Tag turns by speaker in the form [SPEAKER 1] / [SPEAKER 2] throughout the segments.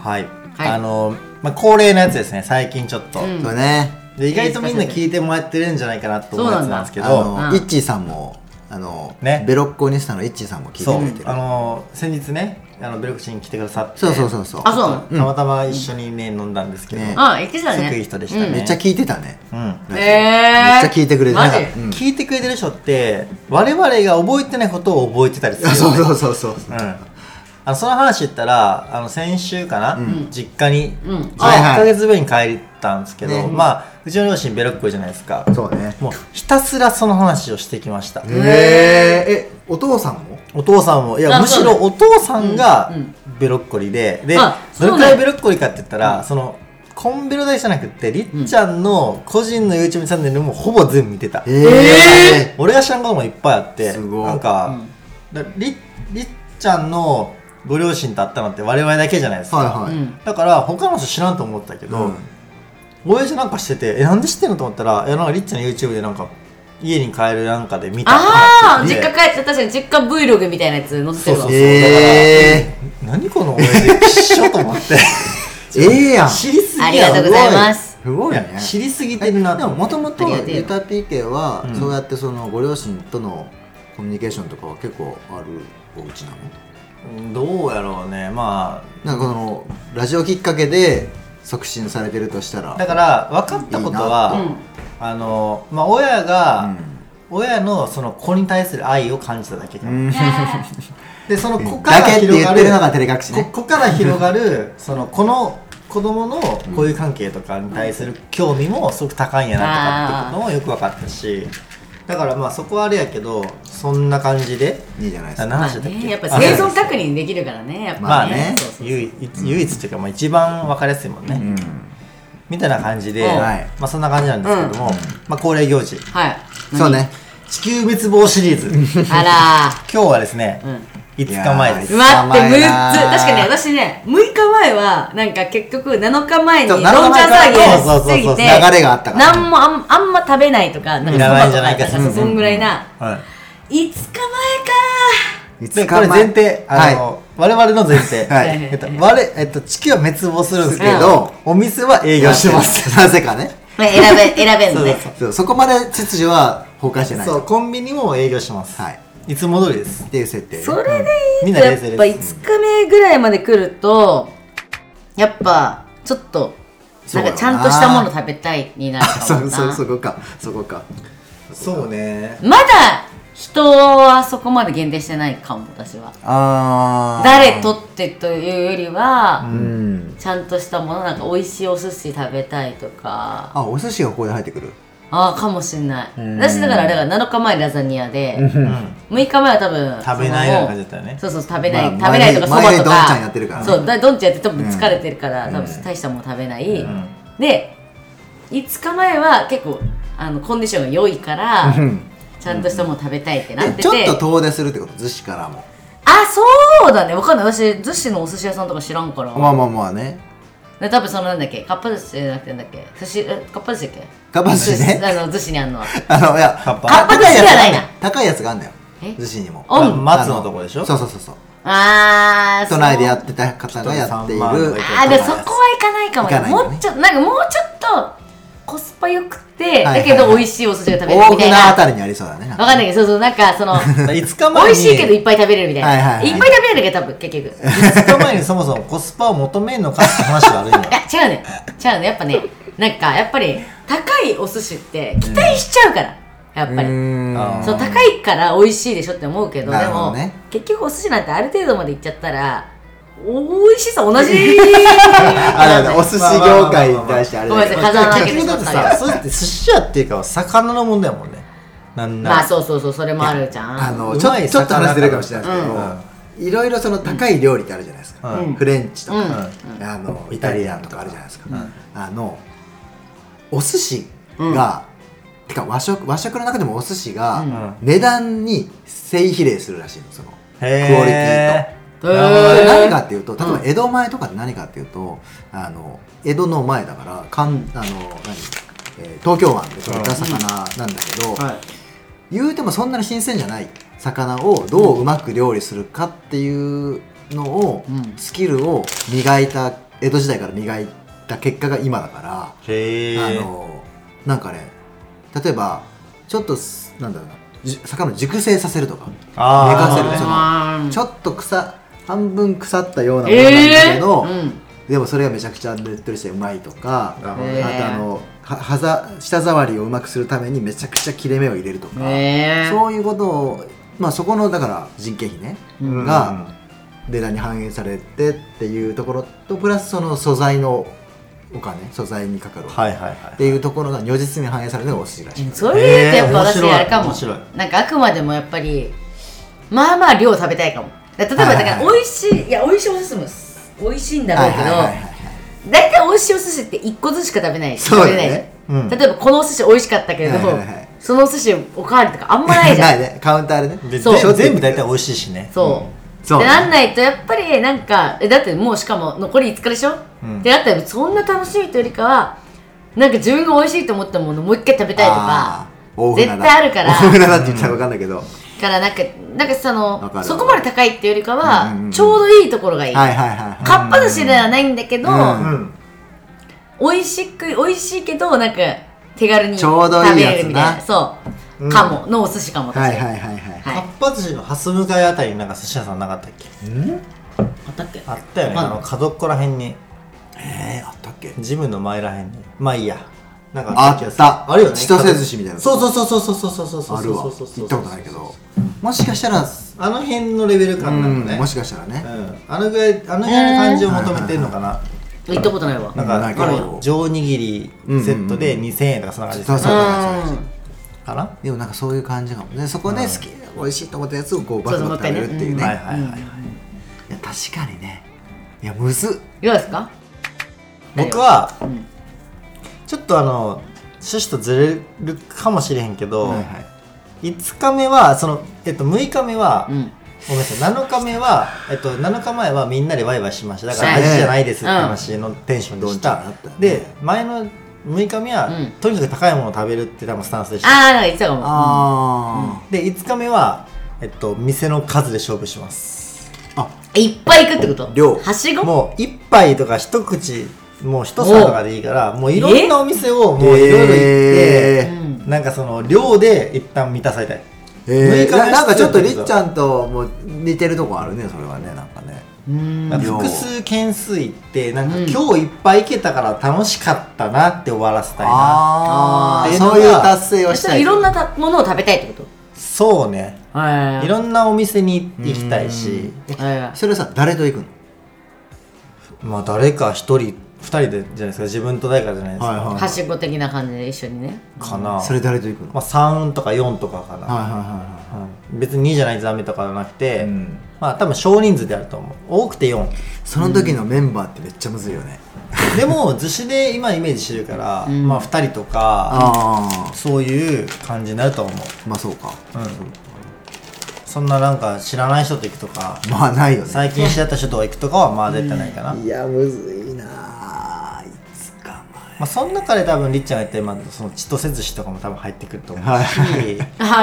[SPEAKER 1] はい、
[SPEAKER 2] はい
[SPEAKER 1] あの、まあ、恒例のやつですね最近ちょっと、
[SPEAKER 2] うん
[SPEAKER 3] そうね
[SPEAKER 1] で意外とみんな聞いてもらってるんじゃないかなと思うやつなんですけ
[SPEAKER 3] あ
[SPEAKER 1] ど
[SPEAKER 3] の、
[SPEAKER 2] うん
[SPEAKER 3] イッチーさんもあの、
[SPEAKER 1] ね
[SPEAKER 3] ベロッコニスタのイッチーさんも聞い
[SPEAKER 1] そう
[SPEAKER 3] てくれてる
[SPEAKER 1] あの先日ねあのベロクチに来てくださって
[SPEAKER 3] そうそうそうそう
[SPEAKER 2] あそうなの
[SPEAKER 1] たまたま一緒にね飲んだんですけど、
[SPEAKER 3] ね
[SPEAKER 2] あ言ってた
[SPEAKER 1] す
[SPEAKER 2] ね
[SPEAKER 1] ごくいい人でしたね、
[SPEAKER 3] めっちゃ聞いてたね
[SPEAKER 1] うん
[SPEAKER 2] えー、
[SPEAKER 3] めっちゃ聞いてくれて
[SPEAKER 2] マ
[SPEAKER 3] な
[SPEAKER 2] ジ
[SPEAKER 3] かったうん
[SPEAKER 1] 聞いてくれてる人って我々が覚えてないことを覚えてたりするよ、ね、
[SPEAKER 3] そうそうそうそう
[SPEAKER 1] うん、あのその話言ったらあの先週かな、実家に、
[SPEAKER 2] うん
[SPEAKER 1] 1
[SPEAKER 3] はいはい
[SPEAKER 1] ヶ月ぶりに帰ったんですけど、
[SPEAKER 3] ね
[SPEAKER 1] まあうちの両親ベロッコじゃないですか
[SPEAKER 3] そうね
[SPEAKER 1] もうひたすらその話をしてきました、
[SPEAKER 3] へええお父さんも
[SPEAKER 1] お父さんもいや
[SPEAKER 2] あ
[SPEAKER 1] むし
[SPEAKER 2] そう
[SPEAKER 1] ろお父さんが
[SPEAKER 2] うんうん
[SPEAKER 1] ベロッコリで、で
[SPEAKER 2] あ
[SPEAKER 1] どれ
[SPEAKER 2] そ
[SPEAKER 1] く
[SPEAKER 2] うなん
[SPEAKER 1] ら
[SPEAKER 2] や
[SPEAKER 1] いベロッコリかって言ったら、そのコンベロ大じゃなくってりっちゃんの個人の YouTube チャンネルもほぼ全部見てた、
[SPEAKER 3] え
[SPEAKER 1] 俺が知らんこともいっぱいあって
[SPEAKER 3] すごい
[SPEAKER 1] なんか、だりりっちゃんのご両親と会ったのって我々だけじゃないですか、
[SPEAKER 3] はいはい
[SPEAKER 2] うん
[SPEAKER 1] だから他の人知らんと思ったけど、親父なんかしててえなんで知ってんのと思ったらいやなんかりっちゃんの YouTube でなんか家に帰るなんかで見た
[SPEAKER 2] ああ
[SPEAKER 1] って
[SPEAKER 2] 実
[SPEAKER 1] 言
[SPEAKER 2] 家
[SPEAKER 1] って
[SPEAKER 2] 帰って確かに実家 Vlog みたいなやつ載ってるわ
[SPEAKER 1] そうそう
[SPEAKER 3] え
[SPEAKER 1] 何この親父きっしょと思って
[SPEAKER 3] ー、ええやん
[SPEAKER 1] 知りすぎや
[SPEAKER 2] ありがとうございます
[SPEAKER 3] すごいね
[SPEAKER 1] 知りすぎてるな
[SPEAKER 3] でももともと
[SPEAKER 2] ありがてえよ
[SPEAKER 3] ユタピー家は、
[SPEAKER 1] うん
[SPEAKER 3] そうやってそのご両親とのコミュニケーションとかは結構あるお家なの
[SPEAKER 1] どうやろうねま
[SPEAKER 3] なんかこのラジオきっかけで促進されてるとしたら
[SPEAKER 1] あだから分かったことは
[SPEAKER 2] うん
[SPEAKER 1] あのまあ親が、
[SPEAKER 3] うん
[SPEAKER 1] 親のその子に対する愛を感じただけかな、
[SPEAKER 3] うん
[SPEAKER 1] でその子から
[SPEAKER 3] だけって
[SPEAKER 1] 広が
[SPEAKER 3] 言って
[SPEAKER 1] る
[SPEAKER 3] るのが照れ隠し
[SPEAKER 1] こ
[SPEAKER 3] ね
[SPEAKER 1] 子から広がるその子の子供のこういう関係とかに対する興味もすごく高いんやなとかってこともよく分かったしだからまあそこはあれやけどそんな感じで
[SPEAKER 3] いいじゃないですか
[SPEAKER 1] 何
[SPEAKER 2] まあ
[SPEAKER 1] 話だっけ、
[SPEAKER 2] ね、やっぱ生存確認できるからねやっぱね,、
[SPEAKER 3] まあね
[SPEAKER 2] そうそう
[SPEAKER 1] 唯一唯一っていうかまあ一番分かりやすいもんね、
[SPEAKER 3] うん
[SPEAKER 1] みたいな感じで、
[SPEAKER 2] うん
[SPEAKER 3] はい
[SPEAKER 1] まあ、そんな感じなんですけども、まあ、恒例行事
[SPEAKER 2] はい
[SPEAKER 3] そうね
[SPEAKER 1] 地球滅亡シリーズ今
[SPEAKER 2] あ
[SPEAKER 1] 日はですね、
[SPEAKER 2] らーうん
[SPEAKER 1] 5日前です
[SPEAKER 2] うわって
[SPEAKER 3] やば
[SPEAKER 2] むっ
[SPEAKER 3] い
[SPEAKER 2] つ
[SPEAKER 3] なー
[SPEAKER 2] 確かね私ね6日前はなんか結局7日前に
[SPEAKER 3] そ
[SPEAKER 2] ロ
[SPEAKER 3] う
[SPEAKER 2] ン
[SPEAKER 3] 7日
[SPEAKER 2] 茶騒
[SPEAKER 3] 前
[SPEAKER 2] ぎ
[SPEAKER 3] から
[SPEAKER 2] をしす
[SPEAKER 1] そ
[SPEAKER 2] ぎ
[SPEAKER 1] うそうそう
[SPEAKER 2] て
[SPEAKER 3] 流れがあったから
[SPEAKER 2] 何もあんあんま食べないとかなん
[SPEAKER 1] い
[SPEAKER 2] から
[SPEAKER 1] ないんじゃ
[SPEAKER 2] そば
[SPEAKER 1] ない
[SPEAKER 2] と
[SPEAKER 1] か
[SPEAKER 2] そうそんぐらいな
[SPEAKER 1] はい
[SPEAKER 2] 5日前か
[SPEAKER 1] でこれ前提あの、我々の前提、
[SPEAKER 3] はい
[SPEAKER 1] えっと我えっと、地球は滅亡するんですけ
[SPEAKER 3] け
[SPEAKER 1] ど
[SPEAKER 3] ど、
[SPEAKER 1] お店は営
[SPEAKER 3] 営
[SPEAKER 1] 業
[SPEAKER 3] 業
[SPEAKER 1] し
[SPEAKER 3] してて
[SPEAKER 1] ま
[SPEAKER 3] ますす なぜかね
[SPEAKER 2] ー選べ選べんのね
[SPEAKER 3] そうそこまで秩序は崩壊してない
[SPEAKER 1] そうコンビニも営業してます、
[SPEAKER 3] はい
[SPEAKER 1] い、つも通りです
[SPEAKER 3] っていう設定
[SPEAKER 2] それでい
[SPEAKER 1] み
[SPEAKER 2] い
[SPEAKER 1] ん
[SPEAKER 2] と
[SPEAKER 1] な冷
[SPEAKER 2] やっ
[SPEAKER 1] 静です
[SPEAKER 2] ぱ5日目ぐらいまで来るとやっぱちょっとなんかちゃんとしたもの食べたいになる
[SPEAKER 3] あ
[SPEAKER 2] か
[SPEAKER 3] そ
[SPEAKER 2] も
[SPEAKER 3] う
[SPEAKER 2] な
[SPEAKER 3] そうそこかそこか
[SPEAKER 1] そうね
[SPEAKER 2] まだ人はそこまで限定してないかも私は
[SPEAKER 3] あー
[SPEAKER 2] 誰とってというよりは、
[SPEAKER 3] うん
[SPEAKER 2] ちゃんとしたものなんか美味しいお寿司食べたいとか
[SPEAKER 3] あお寿司がここで入ってくる
[SPEAKER 2] ああかもしんない
[SPEAKER 3] うん
[SPEAKER 2] 私だからあれだから7日前ラザニアで
[SPEAKER 1] うん
[SPEAKER 2] 6日前は多分
[SPEAKER 1] 食べないような感じだったよね
[SPEAKER 2] そのそうそう食べない、
[SPEAKER 3] まあ
[SPEAKER 2] 食べないとかそば
[SPEAKER 3] 前
[SPEAKER 2] とか
[SPEAKER 3] 前どんちゃんやってるからね
[SPEAKER 2] そうだどんちゃんやって多分疲れてるから、多分大したもの食べない、
[SPEAKER 1] うん
[SPEAKER 2] で5日前は結構あのコンディションが良いから、ちゃんとしたもの食べたいってなってて、
[SPEAKER 3] えちょっと遠出するってこと寿司からも
[SPEAKER 2] あそうだねわかんない私寿司のお寿司屋さんとか知らんから、
[SPEAKER 3] まあまあまあね
[SPEAKER 2] で多分そのなんだっけかっぱ寿司じゃなくてなんだっけ寿司えかっぱ寿司だっけ
[SPEAKER 3] かっぱ寿司ね
[SPEAKER 2] あの寿司にあんのは
[SPEAKER 3] あのいや
[SPEAKER 1] カッパ
[SPEAKER 2] カッパ寿司ではないな
[SPEAKER 3] 高いやつがあんだよ
[SPEAKER 2] え
[SPEAKER 3] 寿司にも
[SPEAKER 2] おん
[SPEAKER 1] 松のとこでしょ
[SPEAKER 3] そうそうそうそう
[SPEAKER 2] あー
[SPEAKER 3] 都内でや
[SPEAKER 2] っ
[SPEAKER 3] ってた方がやってい
[SPEAKER 1] 一人三
[SPEAKER 3] る
[SPEAKER 1] 万
[SPEAKER 2] あーでもそこは行かないかも
[SPEAKER 3] 行かないよね
[SPEAKER 2] もうちょっとなんかもうちょっとコスパ良くて、
[SPEAKER 3] はいはいはい
[SPEAKER 2] だけど美味しいお寿司が食べれる
[SPEAKER 3] 大
[SPEAKER 2] みたい
[SPEAKER 3] 船
[SPEAKER 2] な
[SPEAKER 3] あ
[SPEAKER 2] わ
[SPEAKER 3] たりにありそうだね
[SPEAKER 2] かんないけどそうそうなんかそ の
[SPEAKER 1] 5日前に
[SPEAKER 2] 美味しいけどいっぱい食べれるみたいな、
[SPEAKER 3] はい
[SPEAKER 2] い
[SPEAKER 3] はいはい
[SPEAKER 2] っぱい食べれるけど多分結局い
[SPEAKER 1] 5日前にそもそもコスパを求めんのかって話はあるんだ
[SPEAKER 2] や違うね違うねやっぱねなんかやっぱり高いお寿司って期待しちゃうから、やっぱり
[SPEAKER 1] あー
[SPEAKER 2] そう高いから美味しいでしょって思うけど
[SPEAKER 3] な
[SPEAKER 2] で
[SPEAKER 3] るほ
[SPEAKER 2] も
[SPEAKER 3] どね
[SPEAKER 2] 結局お寿司なんてある程度までいっちゃったら美味しさ同じ
[SPEAKER 3] あだから お寿司業界に対してあれだけど
[SPEAKER 2] ごめんなさい飾らなきゃいけ
[SPEAKER 1] 結
[SPEAKER 2] ない
[SPEAKER 1] 局だってさそれって寿司屋っていうか魚の問題やもんねなんなら
[SPEAKER 2] まあそうそうそうそれもあるじゃ
[SPEAKER 3] あ
[SPEAKER 2] ん
[SPEAKER 3] の
[SPEAKER 1] う
[SPEAKER 3] ちょ
[SPEAKER 1] まい魚
[SPEAKER 3] ちょっと話ずれるかもしれないですけど、
[SPEAKER 1] うん
[SPEAKER 3] いろいろその高い料理ってあるじゃないですか、
[SPEAKER 1] うん
[SPEAKER 3] フレンチとか、
[SPEAKER 1] う
[SPEAKER 3] あのイタリアンとかあるじゃないですか、
[SPEAKER 1] うん
[SPEAKER 3] あのお寿司が、てか和食和食の中でもお寿司が、
[SPEAKER 2] うん
[SPEAKER 3] 値段に正比例するらしいのそのクオリティ
[SPEAKER 1] へー
[SPEAKER 3] と。
[SPEAKER 2] へ
[SPEAKER 1] なるほど
[SPEAKER 2] ー
[SPEAKER 1] ね
[SPEAKER 3] 何かっていうと例えば
[SPEAKER 2] うん
[SPEAKER 3] 江戸前とかって何かっていうとあの江戸の前だからかんあの何、えー東京湾で取れた魚なんだけど、
[SPEAKER 2] はい
[SPEAKER 3] 言うてもそんなに新鮮じゃない魚をどううまく料理するかっていうのを、
[SPEAKER 2] うん
[SPEAKER 3] スキルを磨いた江戸時代から磨いた結果が今だから、
[SPEAKER 1] へ
[SPEAKER 3] あ
[SPEAKER 1] え
[SPEAKER 3] のなんかね例えばちょっとすなんだろうなじ魚を熟成させるとか
[SPEAKER 1] あ
[SPEAKER 3] 寝
[SPEAKER 1] ー
[SPEAKER 3] かせるその
[SPEAKER 2] あ
[SPEAKER 3] ちょっと腐半分腐ったようなものなんだ
[SPEAKER 2] え
[SPEAKER 3] け
[SPEAKER 2] え
[SPEAKER 3] ど、
[SPEAKER 2] うん
[SPEAKER 3] でもそれがめちゃくちゃねっとりしてうまいとか、
[SPEAKER 1] なるほど
[SPEAKER 2] え
[SPEAKER 1] ね
[SPEAKER 2] ー
[SPEAKER 3] あとあのははざ舌触りをうまくするためにめちゃくちゃ切れ目を入れるとか、
[SPEAKER 2] ねえ
[SPEAKER 3] そういうことを、まあ、そこのだから人件費ね
[SPEAKER 1] うん
[SPEAKER 3] が値段に反映されてっていうところとプラスその素材のお金素材にかかるお金
[SPEAKER 1] はいはいはい
[SPEAKER 3] っていうところが如実に反映されるのがお寿司らしい。
[SPEAKER 2] そういうとやっぱ
[SPEAKER 1] え
[SPEAKER 2] 私
[SPEAKER 1] ー面白い
[SPEAKER 2] あれかも
[SPEAKER 1] 面白い
[SPEAKER 2] なんかあくまでもやっぱりまあまあ量食べたいかもだから例えばだか
[SPEAKER 3] はい
[SPEAKER 2] ら美味しいいや美味しいお寿司も美味しいんだろうけど
[SPEAKER 3] はいはいはいはい
[SPEAKER 2] 大体美味しいお寿司って一個ずつしか食べないし
[SPEAKER 3] そう
[SPEAKER 2] 食
[SPEAKER 3] だね
[SPEAKER 2] べれないし
[SPEAKER 1] うん
[SPEAKER 2] 例えばこのお寿司美味しかったけれど
[SPEAKER 3] はいはいはい
[SPEAKER 2] そのお寿司おかわりとかあんまないじゃ
[SPEAKER 3] なんいねカウンターでね
[SPEAKER 1] で
[SPEAKER 2] そう
[SPEAKER 1] 全部全部大体美味しいしね
[SPEAKER 2] そう
[SPEAKER 3] そう
[SPEAKER 2] でなんないとやっぱりなんかえだってもうしかも残り5日でしょ、
[SPEAKER 1] うん
[SPEAKER 2] ってなったらそんな楽しみというよりかはなんか自分が美味しいと思ったものをもう一回食べたいとか
[SPEAKER 3] あー大船だ
[SPEAKER 2] 絶対あるから
[SPEAKER 3] 大船だって言ったら分かんないけど、
[SPEAKER 2] からなんかなんかそ
[SPEAKER 3] わか
[SPEAKER 2] の
[SPEAKER 3] る
[SPEAKER 2] そこまで高いっていうよりかは、
[SPEAKER 3] うんうんうん
[SPEAKER 2] ちょうどいいところがいい、
[SPEAKER 3] はいはいはい
[SPEAKER 2] かっぱ寿司ではないんだけど、
[SPEAKER 3] うん
[SPEAKER 1] うん
[SPEAKER 2] 美味しく美味しいけどなんか手軽に
[SPEAKER 3] ちょ
[SPEAKER 2] 食
[SPEAKER 3] うどいいやつな
[SPEAKER 2] べれるみたいなそう、
[SPEAKER 1] うん
[SPEAKER 2] かものお寿司かも
[SPEAKER 3] はい
[SPEAKER 2] 確か
[SPEAKER 3] は
[SPEAKER 2] に
[SPEAKER 3] いはいはい
[SPEAKER 2] はい
[SPEAKER 1] かっぱ寿司の蓮向かいあたりになんか寿司屋さんなかったっけ
[SPEAKER 2] あったっけ
[SPEAKER 1] あったよね
[SPEAKER 2] わか
[SPEAKER 1] あ
[SPEAKER 2] んない
[SPEAKER 1] の角っこら辺に
[SPEAKER 3] えー、あったっけ
[SPEAKER 1] ジムの前らへんにまあいいやなんか
[SPEAKER 3] あった
[SPEAKER 1] あるよね
[SPEAKER 3] 千歳寿司みたいな
[SPEAKER 1] そうそうそうそうそうそうそうそう
[SPEAKER 3] あるわ
[SPEAKER 1] そうそうそうそう
[SPEAKER 3] 行ったことないけどもしかしたら、
[SPEAKER 1] あの辺のレベル感なの
[SPEAKER 3] う
[SPEAKER 1] ね
[SPEAKER 3] んもしかしたらね、
[SPEAKER 1] うんあのぐらいあの辺の感じを求めてるのかな
[SPEAKER 2] 行ったことないわ
[SPEAKER 1] なん
[SPEAKER 3] な
[SPEAKER 1] か
[SPEAKER 3] いけど
[SPEAKER 1] ある上おにぎりセットで2000円とかそんな感じです
[SPEAKER 3] そうそうそうそう
[SPEAKER 1] かな
[SPEAKER 3] でもなんかそういう感じかもねそこで好き、美味しいと思ったやつをこうバ
[SPEAKER 2] そう
[SPEAKER 3] ク
[SPEAKER 2] そう
[SPEAKER 3] バク食べるっていうね
[SPEAKER 2] 持
[SPEAKER 1] はいはいはいはい
[SPEAKER 3] いや確かにねいやむずっ
[SPEAKER 2] いかがですか
[SPEAKER 1] 僕は
[SPEAKER 2] うん
[SPEAKER 1] ちょっとあの趣旨とずれるかもしれへんけど、
[SPEAKER 3] はいはい
[SPEAKER 1] 5日目はその、えっと、6日目は、
[SPEAKER 2] うん
[SPEAKER 1] ごめんなさい7日目は、えっと、7日前はみんなでワイワイしましただから
[SPEAKER 2] そう
[SPEAKER 1] 味じゃないですって話のテンションでし
[SPEAKER 3] うん
[SPEAKER 1] た
[SPEAKER 3] どんちゃんだったね
[SPEAKER 1] で前の6日目は、
[SPEAKER 2] うん
[SPEAKER 1] とにかく高いものを食べるって多分スタンスでした
[SPEAKER 2] ああなんか言ってたかも
[SPEAKER 3] あ
[SPEAKER 1] で5日目は、えっと、店の数で勝負します
[SPEAKER 2] いっぱい行くってこと
[SPEAKER 3] 量
[SPEAKER 2] はしご
[SPEAKER 1] もう1杯とか1口もう1皿とかでいいからもういろんなお店を
[SPEAKER 3] ー
[SPEAKER 1] もういろいろ行って、
[SPEAKER 2] う
[SPEAKER 3] え
[SPEAKER 2] ん
[SPEAKER 1] なんかその量で一旦満たされたい
[SPEAKER 3] ーえ
[SPEAKER 1] 六日目
[SPEAKER 3] ーななんかちょっとりっちゃんともう似てるとこあるねそれはねなんかね
[SPEAKER 2] うん
[SPEAKER 1] なんか
[SPEAKER 3] 量
[SPEAKER 1] 複数件数行ってなんか
[SPEAKER 2] うん
[SPEAKER 1] 今日いっぱい行けたから楽しかったなって終わらせたいな、
[SPEAKER 3] あ
[SPEAKER 1] ー
[SPEAKER 3] あそういう達成をし
[SPEAKER 2] そ
[SPEAKER 3] た
[SPEAKER 2] れ
[SPEAKER 3] い
[SPEAKER 2] いろんなたものを食べたいってこと
[SPEAKER 1] そうね
[SPEAKER 2] はい
[SPEAKER 1] ろんなお店に行きたいし
[SPEAKER 3] それさ誰と行くの
[SPEAKER 1] まあ誰か一人二人でじゃないですか自分と誰かじゃないですか、
[SPEAKER 3] はいはい
[SPEAKER 2] はしご的な感じで一緒にね
[SPEAKER 1] かな
[SPEAKER 3] それ誰と行くの
[SPEAKER 1] まあ、3とか4とかかな、
[SPEAKER 3] はいはいはいは
[SPEAKER 1] うん別に2じゃないとダメとかじゃなくて、
[SPEAKER 3] い、うん、
[SPEAKER 1] まあ多分少人数であると思う多くて4
[SPEAKER 3] その時のメンバーってめっちゃむずいよね、
[SPEAKER 1] でも逗子で今イメージしてるから、
[SPEAKER 2] うん
[SPEAKER 1] まあ2人とか
[SPEAKER 3] あ
[SPEAKER 1] そういう感じになると思う
[SPEAKER 3] あまあそうか
[SPEAKER 1] うんそんななんか知らない人と行くとか
[SPEAKER 3] まあないよね
[SPEAKER 1] 最近知り合った人と行くとかはまあ絶対ないかな、ま
[SPEAKER 3] いやむずいなあいつか
[SPEAKER 1] あ、その中で多分りっちゃんが言った今その千歳寿司とかも多分入ってくると思うし、
[SPEAKER 3] はい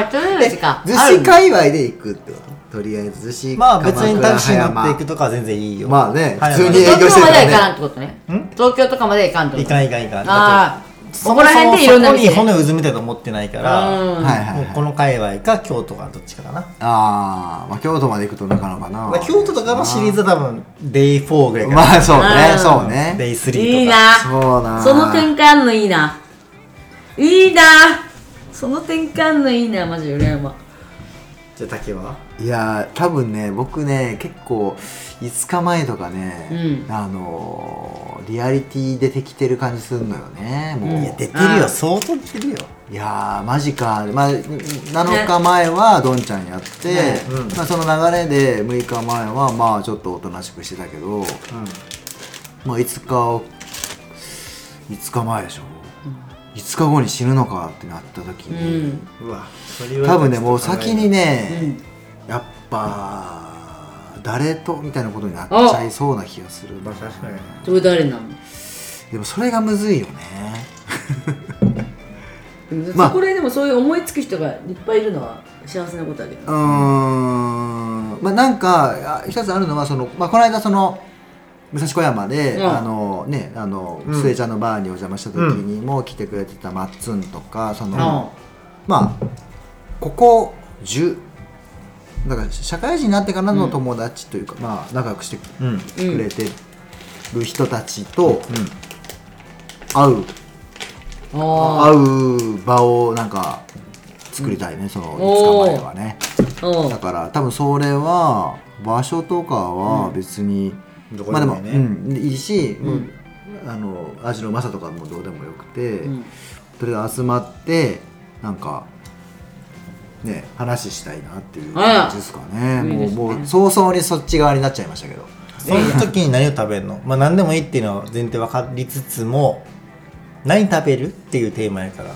[SPEAKER 2] あという時間
[SPEAKER 3] 前寿司界隈で行くってこととりあえず寿 司
[SPEAKER 1] まあ別にタクシーに乗っていく
[SPEAKER 3] く
[SPEAKER 1] とかは全然いいよ
[SPEAKER 3] まあね
[SPEAKER 1] はい
[SPEAKER 3] 普通に営
[SPEAKER 2] 東
[SPEAKER 3] 業
[SPEAKER 2] 京
[SPEAKER 3] して
[SPEAKER 2] ま
[SPEAKER 3] る
[SPEAKER 2] で
[SPEAKER 3] か
[SPEAKER 2] は
[SPEAKER 3] ら
[SPEAKER 2] 行かな
[SPEAKER 3] ね
[SPEAKER 2] んってことね東京とかまでは行かんってこ
[SPEAKER 1] い
[SPEAKER 2] と
[SPEAKER 1] かんいかんいかんだ
[SPEAKER 2] あ
[SPEAKER 1] って
[SPEAKER 2] あそこら辺でいろんな
[SPEAKER 1] そこに
[SPEAKER 2] 店
[SPEAKER 1] 骨をうずめてると思ってないから、
[SPEAKER 2] うん
[SPEAKER 3] はいはい
[SPEAKER 1] もう
[SPEAKER 3] はい
[SPEAKER 1] この界隈か京都かどっちかだな、
[SPEAKER 3] ああまあ京都まで行くとなかなかな
[SPEAKER 1] まあ京都とかのシリーズは多分デイ4ぐらいかな、
[SPEAKER 3] まあそう
[SPEAKER 2] う
[SPEAKER 3] ね
[SPEAKER 2] ん
[SPEAKER 3] そうね
[SPEAKER 1] デイ3とか
[SPEAKER 2] いいな
[SPEAKER 3] そうな
[SPEAKER 2] その展開あんのいいないいなその展開あんのいいなマジ羨ま
[SPEAKER 1] じゃあ竹はい
[SPEAKER 3] やー多分ね僕ね結構5日前とかね、
[SPEAKER 2] うん
[SPEAKER 3] あのーリアリティ出てきてる感じするのよねもう、
[SPEAKER 2] うん
[SPEAKER 3] い
[SPEAKER 1] い
[SPEAKER 3] や
[SPEAKER 1] や
[SPEAKER 3] で
[SPEAKER 1] 出てる
[SPEAKER 2] あ
[SPEAKER 1] よ相当出てるよ
[SPEAKER 3] いやーマジか、まあ、7日前はどんちゃんやって、
[SPEAKER 2] ね
[SPEAKER 1] うん
[SPEAKER 3] まあ、その流れで6日前はまあちょっとおとなしくしてたけど、まあ、5日を5日前でしょ、5日後に死ぬのかってなった時
[SPEAKER 2] う
[SPEAKER 3] に、
[SPEAKER 2] ん
[SPEAKER 1] うんうわそれは
[SPEAKER 3] 多分ねもう先に
[SPEAKER 2] う
[SPEAKER 3] ね、
[SPEAKER 2] ん
[SPEAKER 3] やっぱ誰とみたいなことになっちゃいそうな気がする
[SPEAKER 1] まあ確かに
[SPEAKER 2] それ誰なの
[SPEAKER 3] でもそれがむずいよねまあ
[SPEAKER 2] そこらでもそういう思いつく人がいっぱいいるのは幸せなことだけ
[SPEAKER 3] う
[SPEAKER 2] ど
[SPEAKER 3] ーんまあなんかあ一つあるのはその、まあ、この間その武蔵小山で、
[SPEAKER 2] うん
[SPEAKER 3] あのねあの、
[SPEAKER 1] うん
[SPEAKER 3] 末ちゃんのバーにお邪魔した時にも来てくれてたマッツンとかその、
[SPEAKER 2] うん
[SPEAKER 3] まあここ10だから社会人になってからの友達というか、まあ仲良くして
[SPEAKER 1] うんうん
[SPEAKER 3] くれてる人たちと会う、
[SPEAKER 2] お
[SPEAKER 3] 会う場をなんか作りたいね、その5日前はね
[SPEAKER 2] ーお
[SPEAKER 3] だ
[SPEAKER 2] ー
[SPEAKER 3] から多分それは場所とかは別に、
[SPEAKER 1] どこ
[SPEAKER 3] まあ
[SPEAKER 1] で
[SPEAKER 3] で
[SPEAKER 1] も
[SPEAKER 3] も、
[SPEAKER 1] いいね、
[SPEAKER 3] うん、いいし、
[SPEAKER 2] ん
[SPEAKER 3] もうあの味の正とかもどうでもよくて、
[SPEAKER 2] うん
[SPEAKER 3] とりあえず集まってなんかね話したいなっていう
[SPEAKER 2] あ
[SPEAKER 3] 感じですかね、
[SPEAKER 2] いいですね
[SPEAKER 3] もうもう早々にそっち側になっちゃいましたけど
[SPEAKER 1] その時に何を食べるの、まあ、何でもいいっていうのは前提分かりつつも何食べるっていうテーマやから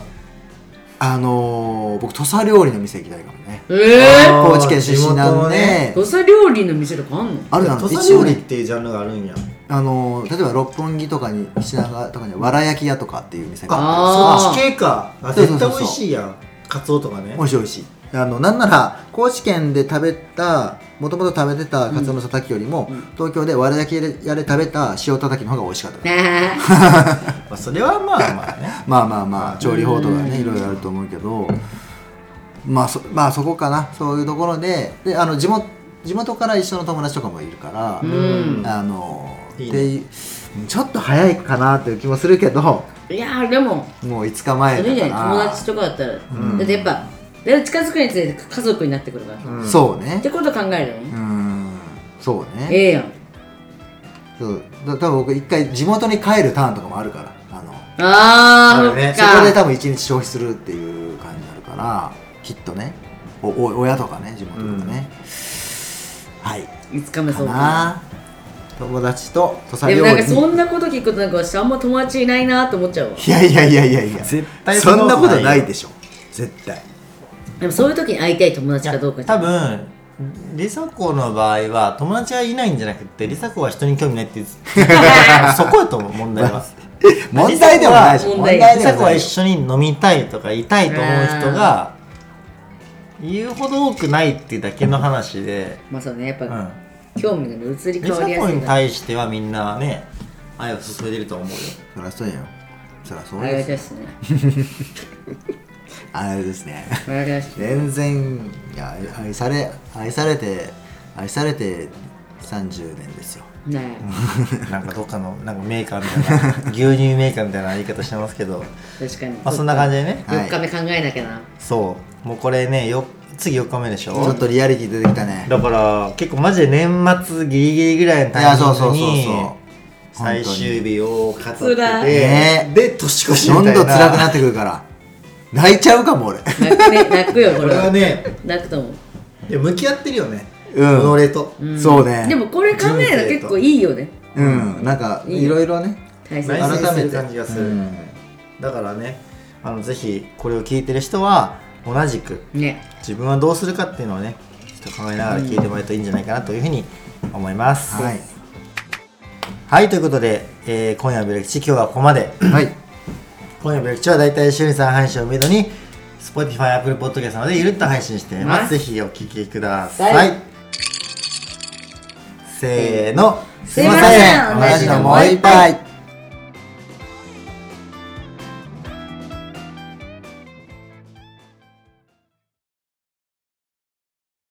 [SPEAKER 3] あのー僕土佐料理の店行きたいかもね
[SPEAKER 2] え
[SPEAKER 1] あー
[SPEAKER 3] 高知県出身なんで、
[SPEAKER 2] ー土佐料理の店とかあんの
[SPEAKER 3] あるな
[SPEAKER 1] 土
[SPEAKER 3] の
[SPEAKER 1] 佐
[SPEAKER 3] 一応
[SPEAKER 1] 料理っ
[SPEAKER 3] ね
[SPEAKER 1] ていうジャンルがあるんや
[SPEAKER 3] あのー例えば六本木とかに品川とかにはわら焼き屋とかっていう店が
[SPEAKER 2] あ
[SPEAKER 3] あ
[SPEAKER 1] そっち系かあ
[SPEAKER 3] そうそ
[SPEAKER 1] 絶
[SPEAKER 3] うそう
[SPEAKER 1] 対美味しいやんカツオとかね
[SPEAKER 3] 美味しい美味しいあのなんなら高知県で食べたもともと食べてたカツオのたたきよりも、東京でわら焼き屋で食べた塩たたきの方が美味しかった
[SPEAKER 2] ねえ
[SPEAKER 1] まあ、それはまあまあ ね
[SPEAKER 3] まあまあまあ調理法とか
[SPEAKER 2] うん
[SPEAKER 3] ねいろいろあると思うけどまあそ,、まあ、そこかなそういうところでであの地元地元から一緒の友達とかもいるから、
[SPEAKER 2] ん
[SPEAKER 3] あの
[SPEAKER 1] いいね
[SPEAKER 3] でいうちょっと早いかなという気もするけども
[SPEAKER 2] いやーでも
[SPEAKER 3] う5日前
[SPEAKER 2] そ
[SPEAKER 3] だ
[SPEAKER 2] れ
[SPEAKER 3] か
[SPEAKER 2] 以
[SPEAKER 3] ら
[SPEAKER 2] 外友達とかだったら、
[SPEAKER 3] ん
[SPEAKER 2] だってやっぱだいぶ近づくにつれて家族になってくるから、っ
[SPEAKER 1] うん
[SPEAKER 3] そうね
[SPEAKER 2] てこと考えるよ
[SPEAKER 3] う
[SPEAKER 2] ね、
[SPEAKER 3] んそうね
[SPEAKER 2] ええやん
[SPEAKER 3] そうだ多分僕一回地元に帰るターンとかもあるからあの
[SPEAKER 2] あ
[SPEAKER 1] あ
[SPEAKER 2] ー
[SPEAKER 1] るね
[SPEAKER 2] っ
[SPEAKER 3] そ
[SPEAKER 2] か
[SPEAKER 3] こで多分一日消費するっていう感じになるからきっとねおお親とかね地元とかね、はい
[SPEAKER 2] 5日目
[SPEAKER 3] か
[SPEAKER 2] そうか
[SPEAKER 3] な友達と土佐
[SPEAKER 2] でも
[SPEAKER 3] 料
[SPEAKER 2] なん
[SPEAKER 3] 理
[SPEAKER 2] か
[SPEAKER 3] に
[SPEAKER 2] そんなこと聞くとなんか私あんま友達いないなと思っちゃうわ
[SPEAKER 3] いやいやいやいやいや
[SPEAKER 1] 絶対
[SPEAKER 3] そんなこと
[SPEAKER 1] よ
[SPEAKER 3] ないでしょ絶対
[SPEAKER 2] でもそういう時に会いたい友
[SPEAKER 1] い
[SPEAKER 2] 達
[SPEAKER 1] や
[SPEAKER 2] かどうか
[SPEAKER 1] 多分梨紗子の場合は友達がいないんじゃなくて梨紗子は人に興味ない って言ってそこやと思う問題は
[SPEAKER 3] 問題でもないでしょ
[SPEAKER 2] 問
[SPEAKER 3] 問
[SPEAKER 2] 題
[SPEAKER 3] 題
[SPEAKER 1] 梨
[SPEAKER 3] で
[SPEAKER 1] 紗
[SPEAKER 3] も
[SPEAKER 1] 子
[SPEAKER 3] な
[SPEAKER 1] はい一緒に飲みたいとかいたいと思う人が言うほど多くないっていうだけの話で、
[SPEAKER 2] まあそうねやっぱ、
[SPEAKER 1] うん、
[SPEAKER 2] 興味が移り
[SPEAKER 1] 梨
[SPEAKER 2] 変わり
[SPEAKER 1] 紗
[SPEAKER 2] や
[SPEAKER 1] 子
[SPEAKER 2] すい
[SPEAKER 1] に
[SPEAKER 2] から
[SPEAKER 1] 対してはみんなね愛を注いでると思う よ
[SPEAKER 3] そりゃそうよそりゃそう
[SPEAKER 2] あれ
[SPEAKER 3] で
[SPEAKER 2] ですすね
[SPEAKER 3] あれですね
[SPEAKER 2] あれですね
[SPEAKER 3] 全然いや愛愛され愛されて愛されて30年ですよ
[SPEAKER 2] ね
[SPEAKER 1] なんかどっかのなんかメーカーみたいな牛乳メーカーみたいな言い方してますけど、
[SPEAKER 2] え確かに
[SPEAKER 1] まあ、そんな感じでね
[SPEAKER 3] は
[SPEAKER 2] 4
[SPEAKER 3] い
[SPEAKER 2] 日目考えなきゃな、
[SPEAKER 1] そうもうこれねよ次4日目でし
[SPEAKER 3] ちょ
[SPEAKER 1] ょ
[SPEAKER 3] っとリアリティ出てきたね
[SPEAKER 1] だから結構マジで年末ギリギリぐらいの
[SPEAKER 3] い
[SPEAKER 1] タ
[SPEAKER 3] や
[SPEAKER 1] イ
[SPEAKER 3] そう
[SPEAKER 1] ミン
[SPEAKER 3] そう
[SPEAKER 1] グ
[SPEAKER 3] そう
[SPEAKER 1] に
[SPEAKER 3] そう
[SPEAKER 1] 最終日を飾って
[SPEAKER 2] 辛い
[SPEAKER 1] て、
[SPEAKER 3] ね
[SPEAKER 1] で年越しみ
[SPEAKER 3] ど
[SPEAKER 1] た
[SPEAKER 3] ん
[SPEAKER 1] いな
[SPEAKER 3] ど
[SPEAKER 1] ん
[SPEAKER 3] 辛くなってくるから泣いちゃうかも俺
[SPEAKER 2] 泣くね 泣くよこ
[SPEAKER 1] こ
[SPEAKER 2] れ
[SPEAKER 1] れは
[SPEAKER 2] は
[SPEAKER 1] ね
[SPEAKER 2] 泣くと思う
[SPEAKER 1] いや向き合ってるよね
[SPEAKER 3] うん
[SPEAKER 1] 己と、
[SPEAKER 2] ん
[SPEAKER 3] そうね
[SPEAKER 2] でもこれ考えるの結構いいよね
[SPEAKER 3] うんなんかいろいろね
[SPEAKER 2] 大切
[SPEAKER 1] 内
[SPEAKER 2] に
[SPEAKER 1] 省
[SPEAKER 3] 改
[SPEAKER 1] す
[SPEAKER 3] め
[SPEAKER 1] る
[SPEAKER 3] て
[SPEAKER 1] 感じがする、
[SPEAKER 3] うん
[SPEAKER 1] だからねあのぜひこれを聞いてる人は同じく
[SPEAKER 2] ね
[SPEAKER 1] 自分はどうするかっていうのをねちょっと考えながら聞いてもらえるといいんじゃないかなというふうに思います
[SPEAKER 3] はい
[SPEAKER 1] はいということで、えー今夜はベレキチ今日はここまで
[SPEAKER 3] はい
[SPEAKER 1] 今夜の歴史は大体週に3配信をめどに Spotify、Apple Podcast などでゆるっと配信していま。
[SPEAKER 2] ますす
[SPEAKER 1] ぜひお聞きください。
[SPEAKER 2] は
[SPEAKER 1] せーの、
[SPEAKER 2] すいません
[SPEAKER 1] 同じのもう一杯。